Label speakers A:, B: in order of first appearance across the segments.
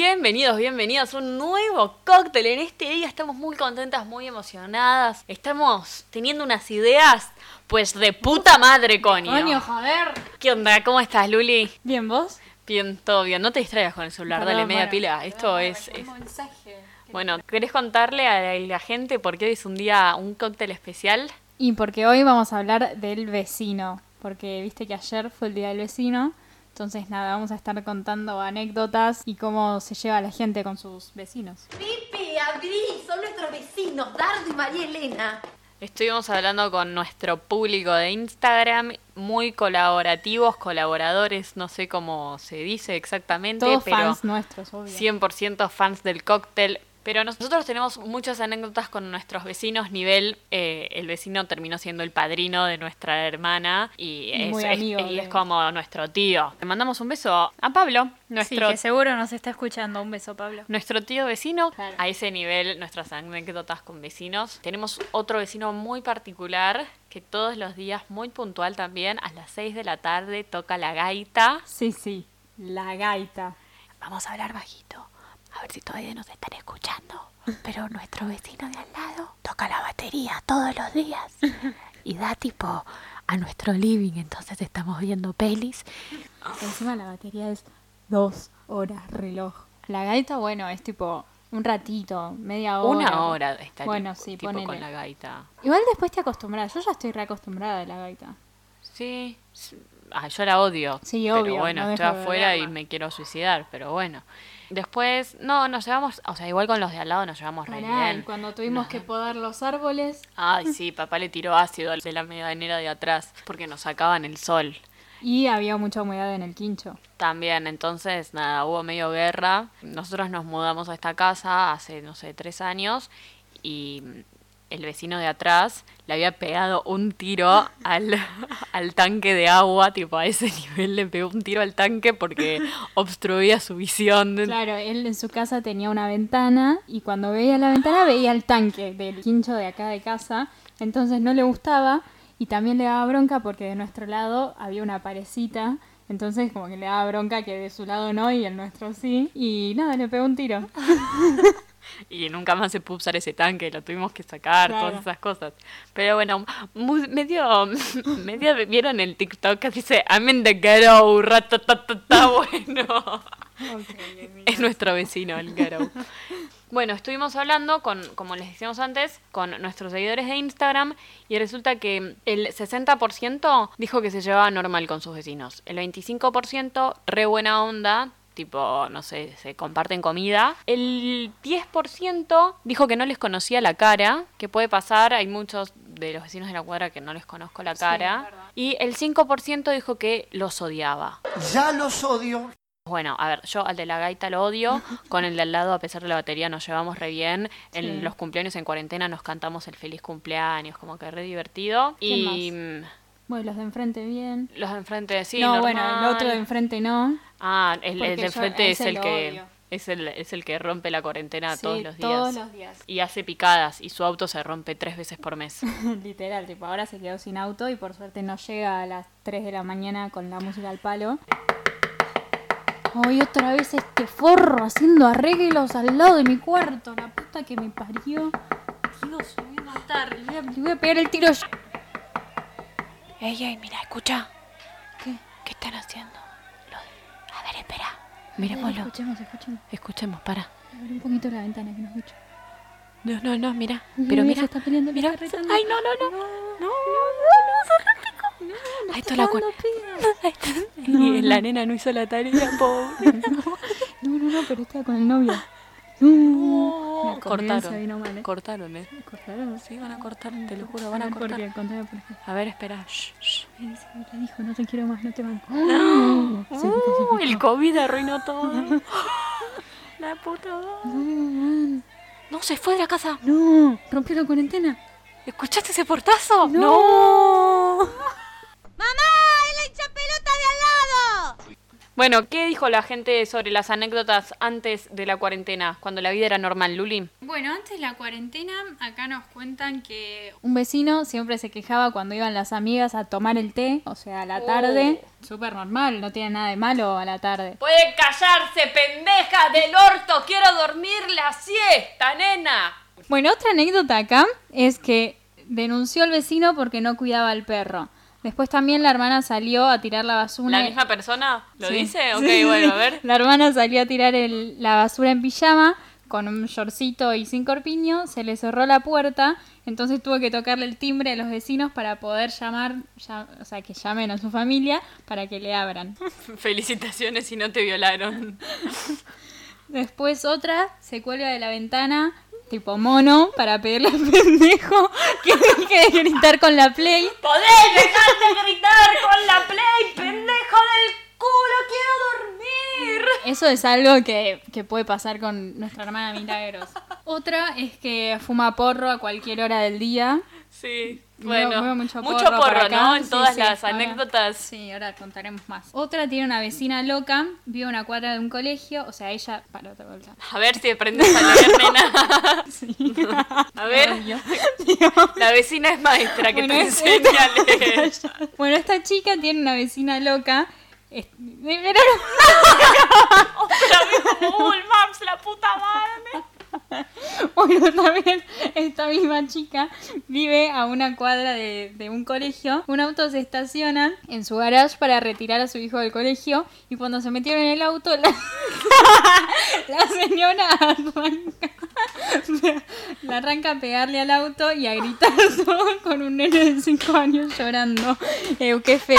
A: Bienvenidos, bienvenidas a un nuevo cóctel. En este día estamos muy contentas, muy emocionadas. Estamos teniendo unas ideas, pues de puta madre, coño.
B: Coño, joder.
A: ¿Qué onda? ¿Cómo estás, Luli?
B: Bien, vos.
A: Bien, todo bien. No te distraigas con el celular,
B: Perdón,
A: dale media
B: bueno,
A: pila.
B: perdón,
A: Esto
B: me
A: es,
B: dejó
A: es-
B: un mensaje.
A: Bueno, ¿querés contarle a la- la gente por qué hoy es un día, un cóctel especial?
B: Y porque hoy vamos a hablar del vecino. Porque viste que ayer fue el día del vecino. Entonces, nada, vamos a estar contando anécdotas y cómo se lleva la gente con sus vecinos.
C: Pipi, abrí, son nuestros vecinos, Dardo y María Elena.
A: Estuvimos hablando con nuestro público de Instagram, muy colaborativos, colaboradores, no sé cómo se dice exactamente,
B: Todos
A: pero...
B: fans nuestros, obvio.
A: 100% fans del cóctel. Pero nosotros tenemos muchas anécdotas con nuestros vecinos. Nivel, eh, el vecino terminó siendo el padrino de nuestra hermana y,
B: Y
A: es,
B: muy
A: es-
B: amigo
A: y es
B: de-
A: como nuestro tío. Le mandamos un beso a Pablo, nuestro,
D: Sí, que seguro nos está escuchando. Un beso, Pablo.
A: nuestro tío vecino.
B: Claro.
A: A ese nivel, nuestras anécdotas con vecinos. Tenemos otro vecino muy particular que todos los días, muy puntual también, a las 6 de la tarde toca la gaita.
B: Sí, sí, la gaita.
A: Vamos a hablar bajito, a ver si todavía nos están escuchando. Pero nuestro vecino de al lado toca la batería todos los días y da tipo a nuestro living, entonces estamos viendo pelis.
B: Encima la batería es dos horas reloj. La gaita, bueno, es tipo un ratito, media hora.
A: Una hora está
B: Bueno,
A: tipo,
B: sí,
A: tipo
B: ponele.
A: con la gaita.
B: Igual después te acostumbras. Yo ya estoy reacostumbrada a la gaita.
A: Sí, sí. Ah, yo la odio.
B: Sí,
A: Pero
B: obvio,
A: bueno,
B: no
A: estoy
B: dejo de
A: afuera y
B: verla.
A: me quiero suicidar, pero bueno. Después, no, nos llevamos, o sea, igual con los de al lado nos llevamos re
B: Pará,
A: bien.
B: y cuando tuvimos que podar los árboles
A: Ay, sí, papá le tiró ácido de la medianera de atrás porque nos sacaban el sol.
B: y había mucha humedad en el quincho.
A: También, entonces, nada, hubo medio guerra. Nosotros nos mudamos a esta casa hace, no sé, tres años y el vecino de atrás le había pegado un tiro al, al tanque de agua, tipo a ese nivel le pegó un tiro al tanque porque obstruía su visión.
B: Claro, él en su casa tenía una ventana y cuando veía la ventana veía el tanque del quincho de acá de casa, entonces no le gustaba y también le daba bronca porque de nuestro lado había una parecita, entonces como que le daba bronca que de su lado no y el nuestro sí y nada, le pegó un tiro.
A: Y nunca más se pudo usar ese tanque, lo tuvimos que sacar,
B: Claro.
A: todas esas cosas. Pero bueno, mu- medio, medio vieron el TikTok que dice, I'm in the ghetto, ratatatata, bueno. Es nuestro vecino, el Garou. Bueno, estuvimos hablando con, como les decíamos antes, con nuestros seguidores de Instagram y resulta que el 60% dijo que se llevaba normal con sus vecinos. El 25% re buena onda, tipo, no sé, se comparten comida. El 10% dijo que no les conocía la cara, que puede pasar, hay muchos de los vecinos de la cuadra que no les conozco la cara. y el 5% dijo que los odiaba.
E: Ya los odio.
A: Bueno, a ver, yo al de la gaita lo odio, con el de al lado, a pesar de la batería, nos llevamos re bien. En
B: Sí.
A: los cumpleaños en cuarentena nos cantamos el feliz cumpleaños, como que re divertido. Y
B: Bueno, los de enfrente bien.
A: mm, los de enfrente, sí,
B: no,
A: normal.
B: bueno, el otro de enfrente no.
A: Ah, el, el
B: Porque
A: de
B: yo
A: enfrente es
B: ese
A: el
B: lo
A: que
B: odio.
A: es el, es el que rompe la cuarentena
B: Sí,
A: todos los días.
B: todos los días.
A: Y hace picadas, y su auto se rompe tres veces por mes.
B: Literal, tipo, ahora se quedó sin auto y por suerte no llega a las 3 de la mañana con la música al palo. Hoy otra vez este forro haciendo arreglos al lado de mi cuarto, la puta que me parió. Sigo subiendo tarde, le voy a, le voy a pegar el tiro yo.
D: Ey, ey, mira, escucha.
B: ¿Qué?
D: ¿Qué están haciendo?
A: A ver, espera.
B: Miremoslo. Escuchemos, escuchemos.
A: Escuchemos, para.
B: Abre un poquito la ventana que no escucho.
A: No, no, no, mira.
B: Pero mira, se está peleando, mira. Ay, no, no, no. No, no, no, no, no,
A: Ahí
B: no,
A: está la cuer- Y la nena no hizo la tarea, pobre.
B: No, no, no, pero estaba con el novio. No, la convivencia
A: cortaron.
B: vino mal, ¿eh?
A: Cortaron, eh.
B: Cortaron.
A: Sí, van a cortar, te lo juro,
B: Pero
A: van a
B: ¿Por
A: cortar.
B: qué? Contame por qué.
A: A ver, espera. Shh, shh.
B: Me dice, me la dijo, no te quiero más, no te banco. No. Se escucha, se
A: Uh,
B: escucha.
A: el COVID arruinó todo. La puta.
B: No,
A: No, se fue de la casa.
B: no, rompió la cuarentena.
A: ¿Escuchaste ese portazo?
B: No.
C: ¡Mamá! ¡Es la hincha pelota de al lado!
A: Bueno, ¿qué dijo la gente sobre las anécdotas antes de la cuarentena, cuando la vida era normal, Luli?
B: Bueno, antes de la cuarentena, acá nos cuentan que un vecino siempre se quejaba cuando iban las amigas a tomar el té, o sea, a la tarde. Súper normal, no tiene nada de malo a la tarde.
A: Pueden callarse, pendeja del orto, quiero dormir la siesta, nena.
B: Bueno, otra anécdota acá es que denunció al vecino porque no cuidaba al perro. Después también la hermana salió a tirar la basura.
A: ¿La misma persona lo
B: Sí.
A: dice? Ok,
B: Sí.
A: bueno, a ver.
B: La hermana salió a tirar el- la basura en pijama con un shortcito y sin corpiño, se le cerró la puerta, entonces tuvo que tocarle el timbre a los vecinos para poder llamar, ya- o sea, que llamen a su familia para que le abran.
A: Felicitaciones si no te violaron.
B: Después otra se cuelga de la ventana, tipo mono, para pedirle al pendejo que deje de gritar con la play.
A: ¡Podés dejar de gritar con la play, pendejo del culo, quiero dormir!
B: Eso es algo que, que puede pasar con nuestra hermana Milagros. Otra es que fuma porro a cualquier hora del día.
A: Sí,
B: Veo-
A: bueno.
B: veo
A: mucho
B: mucho
A: porro,
B: porro por acá.
A: ¿no? En
B: Sí,
A: todas
B: sí,
A: las
B: ahora-
A: anécdotas.
B: Sí, ahora contaremos más. Otra tiene una vecina loca, vive a una cuadra de un colegio, o sea, ella... Para otra vuelta.
A: A ver si aprendes a leer, nena. A ver, la vecina es maestra que
B: Bueno,
A: te
B: es-
A: enseña a leer.
B: Bueno, esta chica tiene una vecina loca. es- Pero
A: Google Maps, la puta madre.
B: no- bueno, también esta misma chica vive a una cuadra de, de un colegio. Un auto se estaciona en su garage para retirar a su hijo del colegio y cuando se metieron en el auto la, la señora arranca, la arranca a pegarle al auto y a gritar todo con un nene de 5 años llorando. Eh, ¡Qué feo!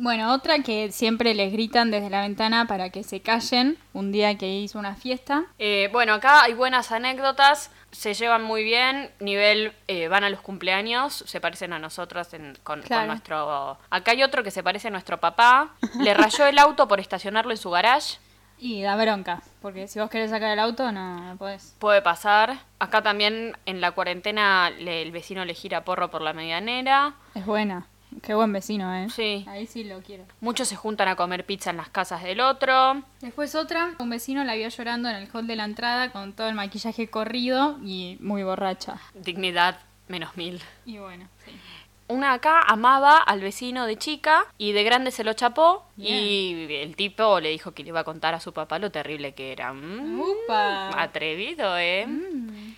B: Bueno, otra que siempre les gritan desde la ventana para que se callen un día que hizo una fiesta.
A: Eh, bueno, acá hay buenas anécdotas, se llevan muy bien, nivel eh, van a los cumpleaños, se parecen a nosotros en- con, con
B: Claro.
A: nuestro... Acá hay otro que se parece a nuestro papá, le rayó el auto por estacionarlo en su garage,
B: Y da bronca, porque si vos querés sacar el auto, no, no podés.
A: puede pasar. Acá también en la cuarentena le- el vecino le gira porro por la medianera.
B: Es buena. Qué buen vecino, ¿eh?
A: Sí.
B: Ahí sí lo quiero.
A: Muchos se juntan a comer pizza en las casas del otro.
B: Después otra, un vecino la vio llorando en el hall de la entrada con todo el maquillaje corrido y muy borracha.
A: Dignidad menos mil.
B: Y bueno, sí.
A: Una acá amaba al vecino de chica y de grande se lo chapó y el tipo le dijo que le iba a contar a su papá lo terrible que era. Mm,
B: ¡Upa! Mm.
A: atrevido, ¿eh?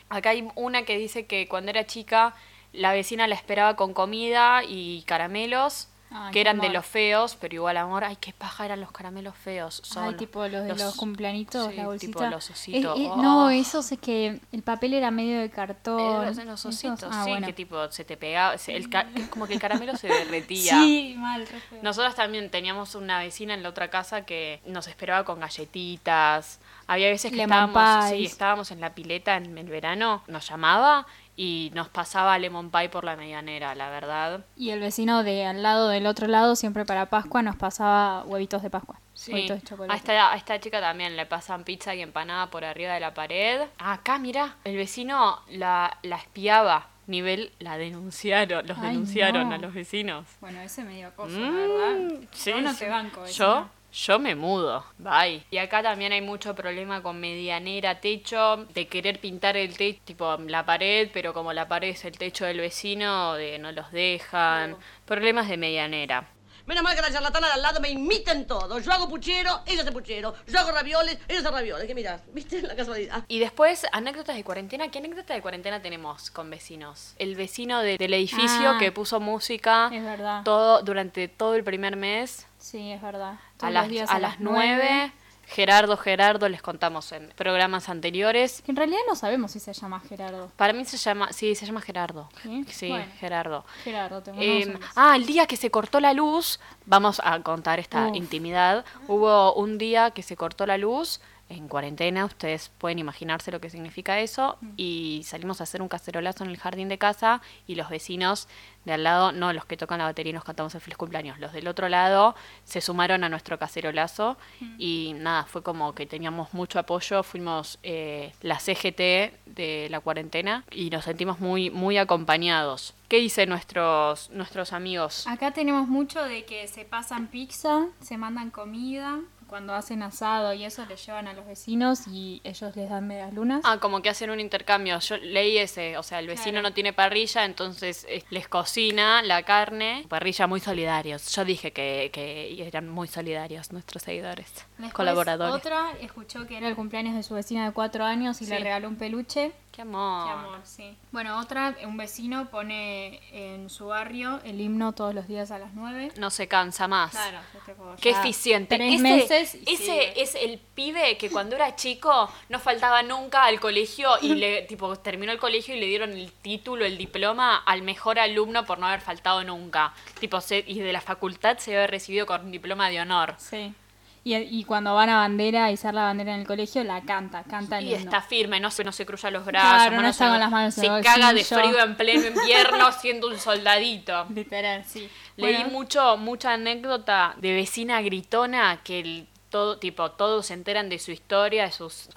A: Acá hay una que dice que cuando era chica la vecina la esperaba con comida y caramelos.
B: Ay,
A: que
B: qué
A: eran de
B: amor.
A: los feos, pero igual amor, ay, qué paja eran los caramelos feos. Son
B: Ay, tipo los de los, cumplanitos,
A: sí,
B: la
A: tipo
B: bolsita.
A: los ositos,
B: Es- es-
A: oh.
B: No, esos es que el papel era medio de cartón.
A: Eran los
B: Esos-
A: ositos,
B: ah,
A: sí,
B: bueno.
A: que tipo se te pegaba, se- el ca- como que el caramelo se derretía.
B: Sí, mal, re feo.
A: Nosotras también teníamos una vecina en la otra casa que nos esperaba con galletitas. Había veces que
B: Lemon
A: estábamos, sí,
B: pies.
A: estábamos en la pileta en el verano, nos llamaba y nos pasaba lemon pie por la medianera, la verdad.
B: Y el vecino de al lado del otro lado, siempre para Pascua, nos pasaba huevitos de Pascua.
A: Sí.
B: Huevitos de
A: A
B: chocolate.
A: esta, a esta chica también le pasan pizza y empanada por arriba de la pared. Acá, mira, el vecino la, la espiaba. Nivel, la denunciaron, los
B: Ay,
A: denunciaron
B: no.
A: a los vecinos.
B: Bueno, ese medio cosa,
A: Mm, sí,
B: Yo no
A: sí.
B: te banco,
A: Yo,
B: vecino.
A: yo me mudo. Bye. Y acá también hay mucho problema con medianera, techo, de querer pintar el techo, tipo la pared, pero como la pared es el techo del vecino, de no los dejan. Problemas de medianera.
E: Menos mal que la charlatana de al lado me imita en todo. Yo hago puchero, ella hace puchero. Yo hago ravioles, ella hace ravioles. Que mirá, ¿viste? La casualidad.
A: Y después, anécdotas de cuarentena. ¿Qué anécdota de cuarentena tenemos con vecinos? El vecino de- del edificio
B: Ah.
A: que puso música
B: Es verdad.
A: todo, durante todo el primer mes.
B: Sí, es verdad.
A: A
B: Todos los
A: las,
B: días
A: a las 9. Gerardo, Gerardo, les contamos en programas anteriores.
B: Que en realidad no sabemos si se llama Gerardo.
A: Para mí se llama, sí, se llama Gerardo. Sí,
B: ¿Sí? Bueno.
A: Gerardo.
B: Gerardo, te
A: Eh,
B: mandamos un beso.
A: ah, el día que se cortó la luz, vamos a contar esta
B: Uf.
A: intimidad. Hubo un día que se cortó la luz en cuarentena, ustedes pueden imaginarse lo que significa eso, y salimos a hacer un cacerolazo en el jardín de casa y los vecinos de al lado, no los que tocan la batería y nos cantamos el feliz cumpleaños, los del otro lado se sumaron a nuestro cacerolazo y nada, fue como que teníamos mucho apoyo, fuimos eh, la CGT de la cuarentena y nos sentimos muy, muy acompañados. ¿Qué dicen nuestros, nuestros amigos?
B: Ah, Acá tenemos mucho de que se pasan pizza, se mandan comida, cuando hacen asado y eso le llevan a los vecinos y ellos les dan medias lunas.
A: Ah, como que hacen un intercambio. Yo leí ese, o sea, el vecino
B: Claro.
A: no tiene parrilla, entonces eh, les cocina la carne. Parrilla muy solidarios. Yo dije que, que eran muy solidarios nuestros seguidores,
B: Después,
A: colaboradores.
B: Otra escuchó que era el cumpleaños de su vecina de cuatro años y le
A: Sí.
B: regaló un peluche.
A: Qué amor.
B: Qué amor, sí. Bueno, otra, un vecino pone en su barrio el himno todos los días a las 9.
A: No se cansa más.
B: este juego
A: Qué
B: ya
A: eficiente.
B: Tres
A: ese
B: meses. y
A: ese
B: sigue.
A: es el pibe que cuando era chico no faltaba nunca al colegio y le tipo terminó el colegio y le dieron el título, el diploma al mejor alumno por no haber faltado nunca. Tipo se- y de la facultad se había recibido con un diploma de honor.
B: Sí. Y, y cuando van a bandera a izar la bandera en el colegio, la canta, canta el
A: Y
B: himno.
A: está firme, no se, no se cruza los brazos,
B: Claro, no está
A: se-
B: con las manos en
A: se
B: el
A: caga de
B: bolsillo.
A: frío en pleno invierno siendo un soldadito.
B: Literal, sí.
A: Leí
B: Bueno,
A: mucho, mucha anécdota de vecina gritona que el todo, tipo, todos se enteran de su historia, de sus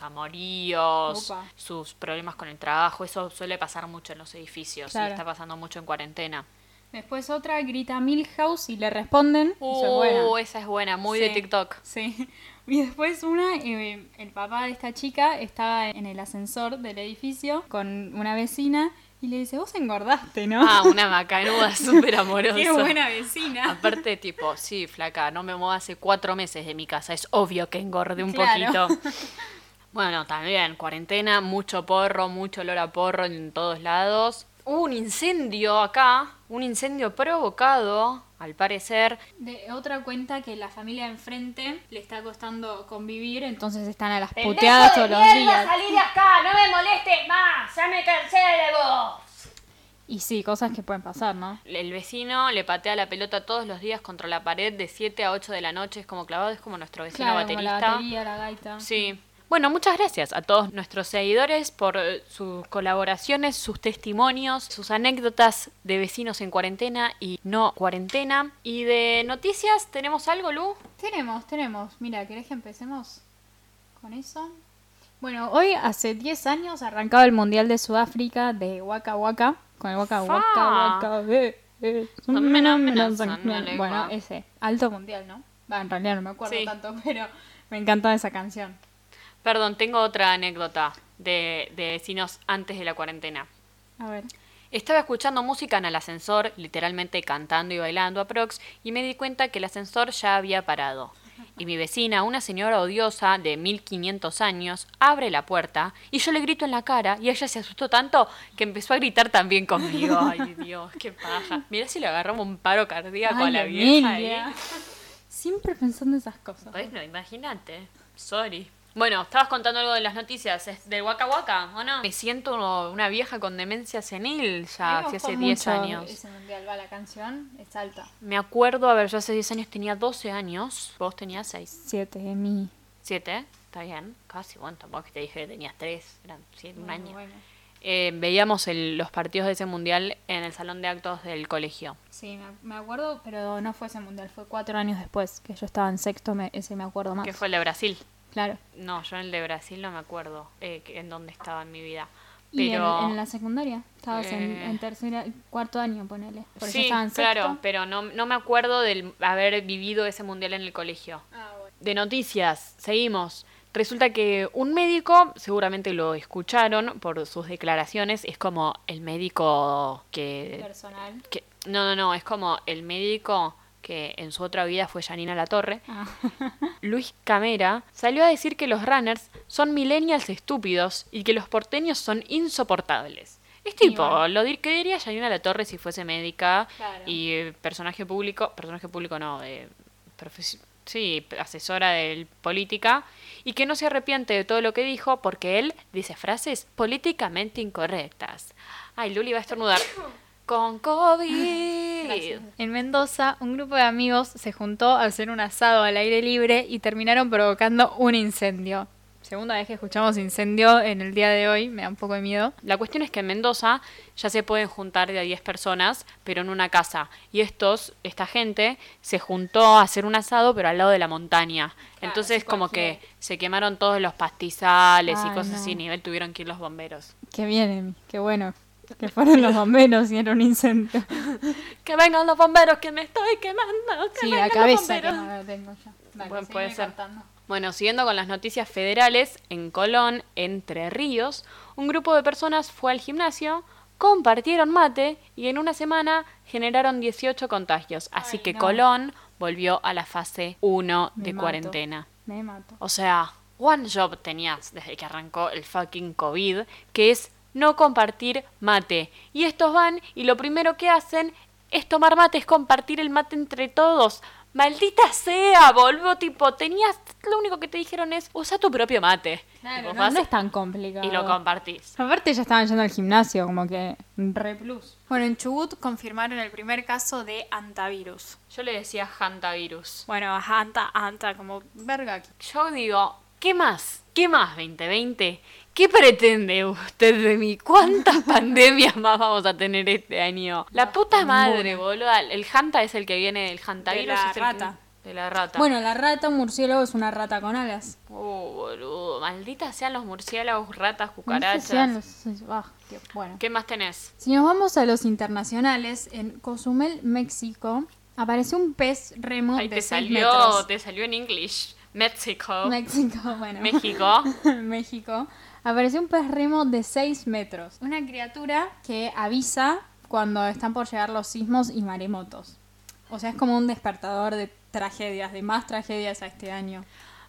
A: amoríos,
B: Upa.
A: sus problemas con el trabajo. Eso suele pasar mucho en los edificios y
B: Claro.
A: está pasando mucho en cuarentena.
B: Después otra grita Milhouse y le responden. Eso es
A: Uh,
B: bueno.
A: esa es buena, muy de
B: Sí,
A: TikTok.
B: Sí. Y después una, eh, el papá de esta chica estaba en el ascensor del edificio con una vecina y le dice, vos engordaste, ¿no?
A: Ah, una macanuda súper amorosa.
B: Qué buena vecina.
A: Aparte, tipo, sí, flaca, no me muevo hace cuatro meses de mi casa. Es obvio que engorde un
B: Claro.
A: poquito. Bueno, también, cuarentena, mucho porro, mucho olor a porro en todos lados. Hubo un incendio acá, un incendio provocado, al parecer.
B: De otra cuenta que la familia de enfrente le está costando convivir, entonces están a las puteadas todos los días.
C: salí de acá! ¡No me molestes más! ¡Ya me cansé de vos!
B: Y sí, cosas que pueden pasar, ¿no?
A: El vecino le patea la pelota todos los días contra la pared de 7 a 8 de la noche. Es como clavado, es como nuestro vecino
B: Claro, como
A: baterista.
B: la batería, la gaita.
A: Sí. Bueno, muchas gracias a todos nuestros seguidores por eh, sus colaboraciones, sus testimonios, sus anécdotas de vecinos en cuarentena y no cuarentena. Y de noticias, ¿tenemos algo, Lu?
B: Tenemos, tenemos. Mira, ¿querés que empecemos con eso? Bueno, hoy hace 10 años arrancaba el Mundial de Sudáfrica de Waka Waka. Con el Waka
A: Fa.
B: Waka Waka. eh, eh.
A: Mena, mena,
B: Bueno, ese. Alto Mundial, ¿no? Va, en realidad no me acuerdo
A: Sí.
B: tanto, pero me encantaba esa canción.
A: Perdón, tengo otra anécdota de, de vecinos antes de la cuarentena.
B: A ver.
A: Estaba escuchando música en el ascensor, literalmente cantando y bailando a Prox, y me di cuenta que el ascensor ya había parado. Y mi vecina, una señora odiosa de 1500 años, abre la puerta y yo le grito en la cara y ella se asustó tanto que empezó a gritar también conmigo. Ay, Dios, qué paja. Mirá si le agarramos un paro cardíaco a
B: Ay,
A: la vieja.
B: Emilia.
A: ahí.
B: Siempre pensando esas cosas.
A: Bueno, imagínate. Sorry. Bueno, estabas contando algo de las noticias, ¿es del Waka Waka o no? Me siento una vieja con demencia senil ya,
B: Me
A: si
B: gustó
A: hace 10
B: mucho
A: años.
B: Ese mundial, va, la canción es alta.
A: Me acuerdo, a ver, yo hace 10 años tenía 12 años, vos tenías 6,
B: 7 de mí.
A: 7, está bien, casi, bueno, tampoco es que te dije que tenías 3, eran siete, un año.
B: Bueno.
A: Eh, veíamos el- los partidos de ese mundial en el salón de actos del colegio.
B: Sí, me, me acuerdo, pero no fue ese mundial, fue cuatro años después, que yo estaba en sexto, me- ese me acuerdo más.
A: ¿Qué fue el de Brasil?
B: Claro.
A: No, yo en el de Brasil no me acuerdo eh, que- en dónde estaba en mi vida.
B: Y en-
A: Pero...
B: en, la secundaria, estabas en-
A: Eh.
B: en, tercera, cuarto año, ponele. Porque yo
A: Sí,
B: estaba en sexto.
A: claro, pero no, no me acuerdo del haber vivido ese mundial en el colegio.
B: Ah,
A: De noticias, seguimos. Resulta que un médico, seguramente lo escucharon por sus declaraciones, es como el médico que...
B: Personal.
A: que- no, no, no, es como el médico que en su otra vida fue Janina La Torre.
B: Ah.
A: Luis Camera salió a decir que los runners son millennials estúpidos y que los porteños son insoportables. Es tipo, lo di- que diría Janina La Torre si fuese médica
B: Claro.
A: y eh, personaje público, personaje público no, eh, profes- sí, asesora de política, y que no se arrepiente de todo lo que dijo porque él dice frases políticamente incorrectas. Ay, Luli va a estornudar. Con COVID.
F: En Mendoza, un grupo de amigos se juntó a hacer un asado al aire libre y terminaron provocando un incendio. segunda vez que escuchamos incendio en el día de hoy, me da un poco de miedo.
A: La cuestión es que en Mendoza ya se pueden juntar de a 10 personas, pero en una casa. Y estos, esta gente, se juntó a hacer un asado, pero al lado de la montaña. Entonces, como que se quemaron todos los pastizales y
B: Ay,
A: cosas
B: no.
A: así, nivel tuvieron que ir los bomberos.
B: Que vienen, que bueno. Que fueron los bomberos y era un incendio.
A: Que vengan los bomberos, que me estoy quemando. que
B: Sí,
A: vengan
B: la
A: los
B: cabeza que
A: bomberos.
B: no la tengo yo. Dale,
A: Bueno,
B: seguime
A: puede ser.
B: contando.
A: Bueno, siguiendo con las noticias federales, en Colón, Entre Ríos, un grupo de personas fue al gimnasio, compartieron mate y en una semana generaron 18 contagios. Así que
B: no.
A: Colón volvió a la fase 1
B: Me
A: de
B: mato.
A: cuarentena.
B: Me mato.
A: O sea, one job tenías desde que arrancó el fucking COVID, que es no compartir mate. Y estos van y lo primero que hacen es tomar mate, es compartir el mate entre todos. Maldita sea, boludo, tipo, tenías, lo único que te dijeron es, usa tu propio mate. Tipo,
B: no,
A: vas
B: no es tan complicado.
A: y lo compartís.
B: Aparte ya estaban yendo al gimnasio, como que re plus.
D: Bueno, en Chubut confirmaron el primer caso de antavirus.
A: Yo le decía hantavirus.
D: Bueno, ajá, anta, anta, como verga.
A: Yo digo, ¿qué más? ¿Qué más 2020? ¿Qué pretende usted de mí? ¿Cuántas pandemias más vamos a tener este año? La puta madre, boludo. El Hanta es el que viene del Hantavirus.
D: De la
A: es el
D: rata.
A: que- de la rata.
B: Bueno, la rata, un murciélago es una rata con alas.
A: Oh, boludo. Malditas sean los murciélagos, ratas,
B: No sé si eran
A: cucarachas.
B: los- ah, qué- bueno.
A: ¿Qué más tenés?
B: Si nos vamos a los internacionales, en Cozumel, México, apareció un pez remo
A: Ahí
B: de
A: te
B: 6
A: salió,
B: metros.
A: te salió en English. México.
B: México, bueno.
A: México.
B: México. Apareció un pez remo de 6 metros. Una criatura que avisa cuando están por llegar los sismos y maremotos. O sea, es como un despertador de tragedias, de más tragedias a este año.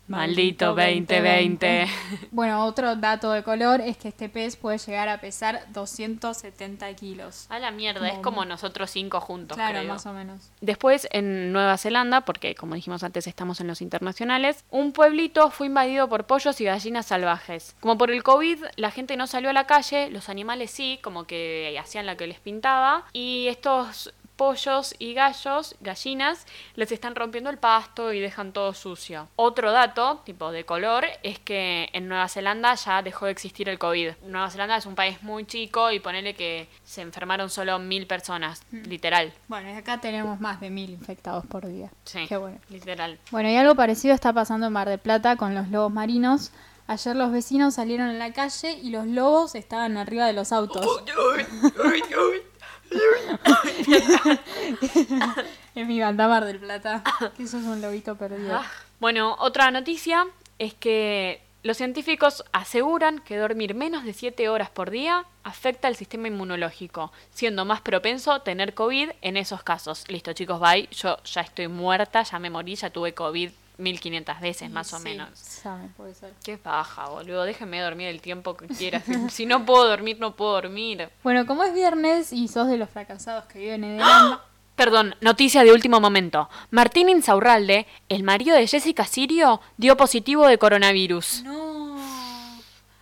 A: Maldito 2020.
B: Bueno, otro dato de color es que este pez puede llegar a pesar 270 kilos.
A: A la mierda, es como nosotros cinco juntos,
B: Claro,
A: creo.
B: más o menos.
A: Después, en Nueva Zelanda, porque como dijimos antes estamos en los internacionales, un pueblito fue invadido por pollos y gallinas salvajes. Como por el COVID, la gente no salió a la calle, los animales sí, como que hacían la que les pintaba, y estos pollos y gallos, gallinas, les están rompiendo el pasto y dejan todo sucio. Otro dato, tipo de color, es que en Nueva Zelanda ya dejó de existir el COVID. Nueva Zelanda es un país muy chico y ponele que se enfermaron solo mil personas, literal.
B: Bueno, y acá tenemos más de mil infectados por día.
A: Sí,
B: Qué bueno.
A: literal.
B: Bueno, y algo parecido está pasando en Mar del Plata con los lobos marinos. Ayer los vecinos salieron a la calle y los lobos estaban arriba de los autos. en mi banda Mar del Plata. Que eso es un lobito perdido.
A: Ah, Bueno, otra noticia es que los científicos aseguran que dormir menos de 7 horas por día afecta al sistema inmunológico, siendo más propenso a tener COVID en esos casos. Listo, chicos, bye. Yo ya estoy muerta, ya me morí, ya tuve COVID 1500 veces más o menos.
B: Sabe, puede ser.
A: Qué baja, boludo. Déjenme dormir el tiempo que quiera. Si- si no puedo dormir, no puedo dormir.
B: Bueno, como es viernes y sos de los fracasados que viven en el
A: Perdón, noticia de último momento. Martín Insaurralde, el marido de Jessica Sirio, dio positivo de coronavirus.
B: No.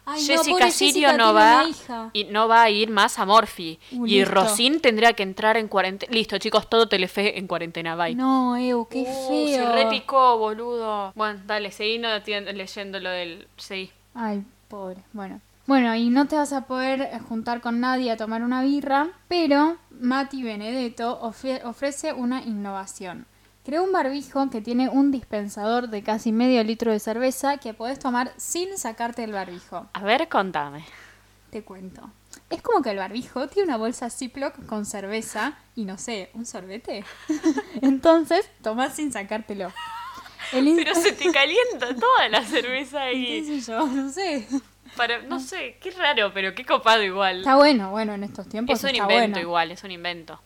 B: Ay,
A: Jessica Sirio no va y no va a ir más a Morphy.
B: Uh,
A: y
B: listo.
A: Rosín tendría que entrar en cuarentena. Listo, chicos, todo Telefe en cuarentena, bye.
B: No, Ew, qué
A: Uh,
B: feo.
A: Se repicó, boludo. Bueno, dale, seguí no ati- leyendo lo del. Seguí.
B: Ay, pobre. Bueno. Bueno, y no te vas a poder eh, juntar con nadie a tomar una birra, pero Mati Benedetto ofre- ofrece una innovación. Creó un barbijo que tiene un dispensador de casi medio litro de cerveza que podés tomar sin sacarte el barbijo.
A: A ver, contame.
B: Te cuento. Es como que el barbijo tiene una bolsa Ziploc con cerveza y no sé, un sorbete. Entonces, tomás sin sacártelo. El in-
A: Pero se te calienta toda la cerveza
B: ¿Qué
A: ahí.
B: sé yo? No sé.
A: Para, no sé, qué raro, pero qué copado igual.
B: Está bueno, bueno, en estos tiempos
A: Es un
B: pues está
A: invento
B: bueno.
A: igual, es un invento.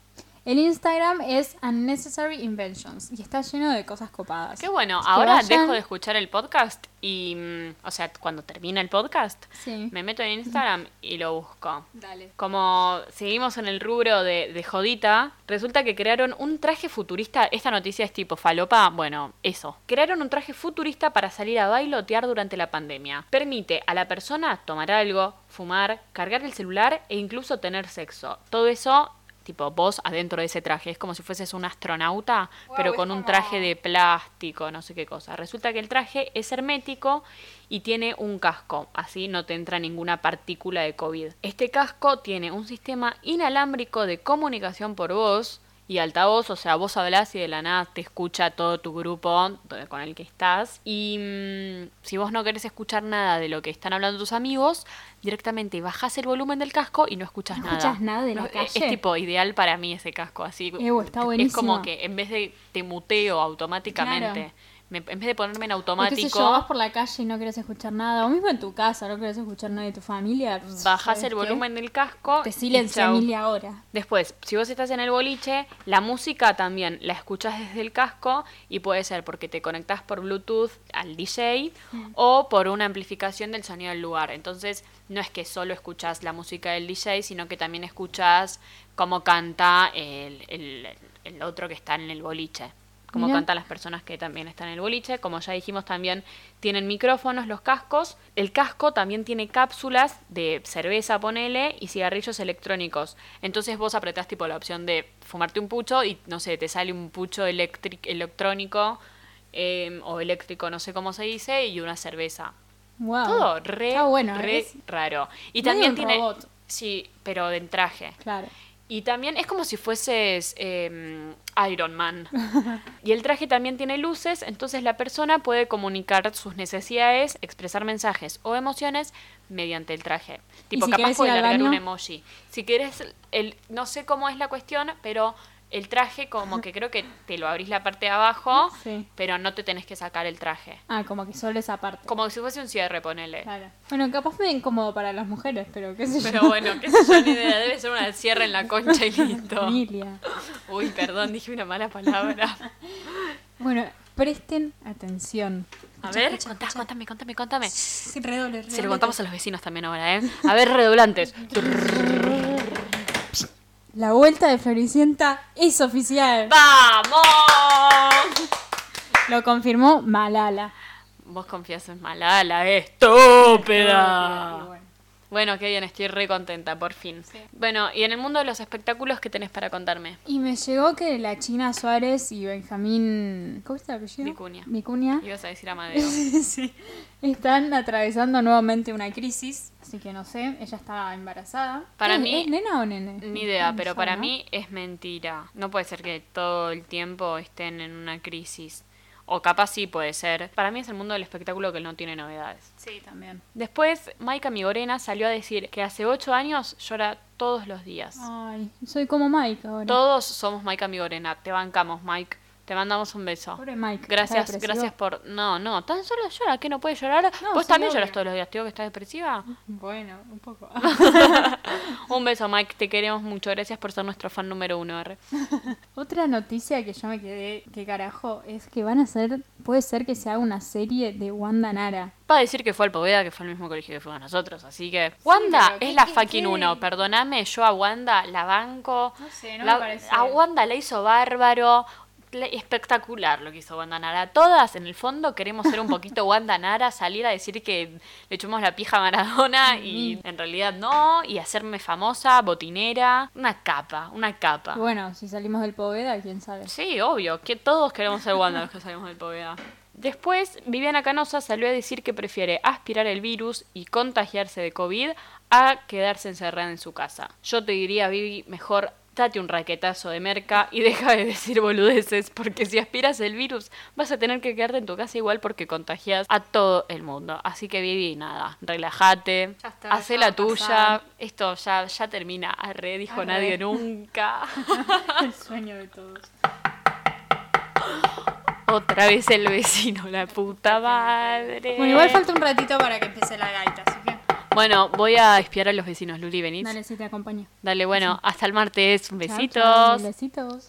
B: El Instagram es Unnecessary Inventions y está lleno de cosas copadas.
A: Qué bueno,
B: Que
A: ahora
B: vayan-
A: dejo de escuchar el podcast y, mm, o sea, cuando termina el podcast,
B: Sí.
A: me meto en Instagram y lo busco.
B: Dale.
A: Como seguimos en el rubro de, de jodita, resulta que crearon un traje futurista. Esta noticia es tipo falopa, bueno, eso. Crearon un traje futurista para salir a bailotear durante la pandemia. Permite a la persona tomar algo, fumar, cargar el celular e incluso tener sexo. Todo eso Tipo, vos adentro de ese traje. Es como si fueses un astronauta, pero con un traje de plástico, no sé qué cosa. Resulta que el traje es hermético y tiene un casco. Así no te entra ninguna partícula de COVID. Este casco tiene un sistema inalámbrico de comunicación por voz y altavoz, o sea, vos hablás y de la nada te escucha todo tu grupo do- con el que estás. Y mm, si vos no querés escuchar nada de lo que están hablando tus amigos, directamente bajás el volumen del casco y no escuchas
B: No
A: nada.
B: escuchás nada de la
A: No, es-
B: calle.
A: Es tipo ideal para mí ese casco, así.
B: Ew, está
A: Es como
B: buenísimo.
A: que en vez de te muteo automáticamente,
B: Claro.
A: me- en vez de ponerme en
B: O qué sé yo, vas
A: automático,
B: por la calle y no querés escuchar nada, o mismo en tu casa, no querés escuchar nada de tu familia. pss,
A: bajás
B: ¿sabes
A: el
B: qué?
A: volumen del casco.
B: Te
A: y
B: silencia
A: chau.
B: mil ahora.
A: Después, si vos estás en el boliche, la música también la escuchás desde el casco y puede ser porque te conectás por Bluetooth al DJ
B: Mm.
A: o por una amplificación del sonido del lugar. Entonces, no es que solo escuchás la música del DJ, sino que también escuchás cómo canta el, el- el otro que está en el boliche. Cómo
B: Mirá.
A: cantan las personas que también están en el boliche. Como ya dijimos, también tienen micrófonos los cascos. El casco también tiene cápsulas de cerveza, ponele, y cigarrillos electrónicos. Entonces vos apretás tipo la opción de fumarte un pucho y, no sé, te sale un pucho electric- electrónico eh, o eléctrico, no sé cómo se dice, y una cerveza.
B: Wow.
A: Todo re,
B: Ah, Está bueno, ¿eh?
A: re
B: ¿ves?
A: raro. Y
B: Medio
A: también
B: un
A: tiene...
B: robot.
A: Sí, pero de traje.
B: Claro.
A: Y también es como si fueses eh, Iron Man. Y el traje también tiene luces, entonces la persona puede comunicar sus necesidades, expresar mensajes o emociones mediante el traje. Tipo,
B: si
A: capaz
B: querés
A: puede
B: ir al
A: largar un
B: baño?
A: emoji. Si quieres, el, no sé cómo es la cuestión, pero el traje como que creo que te lo abrís la parte de abajo,
B: Sí.
A: pero no te tenés que sacar el traje.
B: Ah, como que solo esa parte.
A: Como si fuese un cierre, ponele.
B: Claro. Bueno, capaz me incómodo para las mujeres, pero qué sé yo.
A: Pero bueno, qué sé yo, ni idea. Debe ser una cierre en la concha y listo.
B: Familia.
A: Uy, perdón, dije una mala palabra.
B: Bueno, presten atención.
A: A ver, contá, contame, contame, contame.
D: Sí, redoble,
A: Se lo contamos a los vecinos también ahora, ¿eh? A ver, redoblantes.
B: La vuelta de Floricienta es oficial.
A: ¡Vamos!
B: Lo confirmó Malala.
A: Vos confías en Malala, estúpida. Bueno, qué bien, estoy re contenta, por fin. Bueno, y en el mundo de los espectáculos, ¿qué tenés para contarme?
B: Y me llegó que la China Suárez y Benjamín. ¿Cómo es el apellido?
A: Vicuña.
B: Vicuña.
A: Ibas a decir Amadeo.
B: Sí. Están atravesando nuevamente una crisis, así que no sé, ella estaba embarazada.
A: Para
B: ¿Es-
A: mí-
B: ¿Es nena o nene?
A: Ni idea, pero
B: Ya,
A: para
B: ¿no?
A: mí es mentira. No puede ser que todo el tiempo estén en una crisis. O capaz sí puede ser. Para mí es el mundo del espectáculo que no tiene novedades.
D: Sí, también.
A: Después, Maika Migorena salió a decir que hace ocho años llora todos los días.
B: Ay, soy como Mike ahora.
A: Todos somos Maika Migorena. Te bancamos, Mike. Te mandamos un beso.
B: Pobre Mike, está
A: Gracias,
B: depresivo.
A: gracias por. No, no, tan solo llora, que no puede llorar.
B: No,
A: Vos
B: sí,
A: también
B: obvio.
A: lloras todos los días, tío, que estás depresiva.
B: Bueno, un poco.
A: Un beso, Mike, te queremos mucho. Gracias por ser nuestro fan número uno, R.
B: Otra noticia que yo me quedé, que carajo, es que van a hacer, puede ser que se haga una serie de Wanda Nara.
A: Va a decir que fue al Poveda, que fue el mismo colegio que fuimos nosotros, así que... Wanda
D: pero ¿qué-
A: es la
D: qué-
A: fucking
D: qué?
A: uno, perdoname, yo a Wanda la banco.
D: No sé, no
A: la-
D: me parece.
A: A Wanda la hizo bárbaro, la- espectacular lo que hizo Wanda Nara. Todas, en el fondo, queremos ser un poquito Wanda Nara, salir a decir que le echamos la pija a Maradona y
D: Mm.
A: en realidad no, y hacerme famosa, botinera, una capa, una capa.
B: Y bueno, si salimos del Poveda, quién sabe.
A: Sí, obvio, que todos queremos ser Wanda los que salimos del PBA. Después, Viviana Canosa salió a decir que prefiere aspirar el virus y contagiarse de COVID a quedarse encerrada en su casa. Yo te diría, Vivi, mejor date un raquetazo de merca y deja de decir boludeces, porque si aspiras el virus vas a tener que quedarte en tu casa igual porque contagias a todo el mundo. Así que, Vivi, nada, relájate,
D: Ya está,
A: hacé
D: ya
A: la
D: va a
A: tuya.
D: pasar.
A: Esto ya, ya termina, arre, dijo
B: Arre.
A: nadie nunca.
B: El sueño de todos.
A: Otra vez el vecino, la puta madre.
D: Bueno, igual falta un ratito para que empiece la gaita, así que.
A: Bueno, voy a espiar a los vecinos, Luli, venís. Dale,
B: Dale, sí, te acompaño.
A: bueno, hasta el martes.
B: Chao,
A: Besitos.
B: chao, Besitos.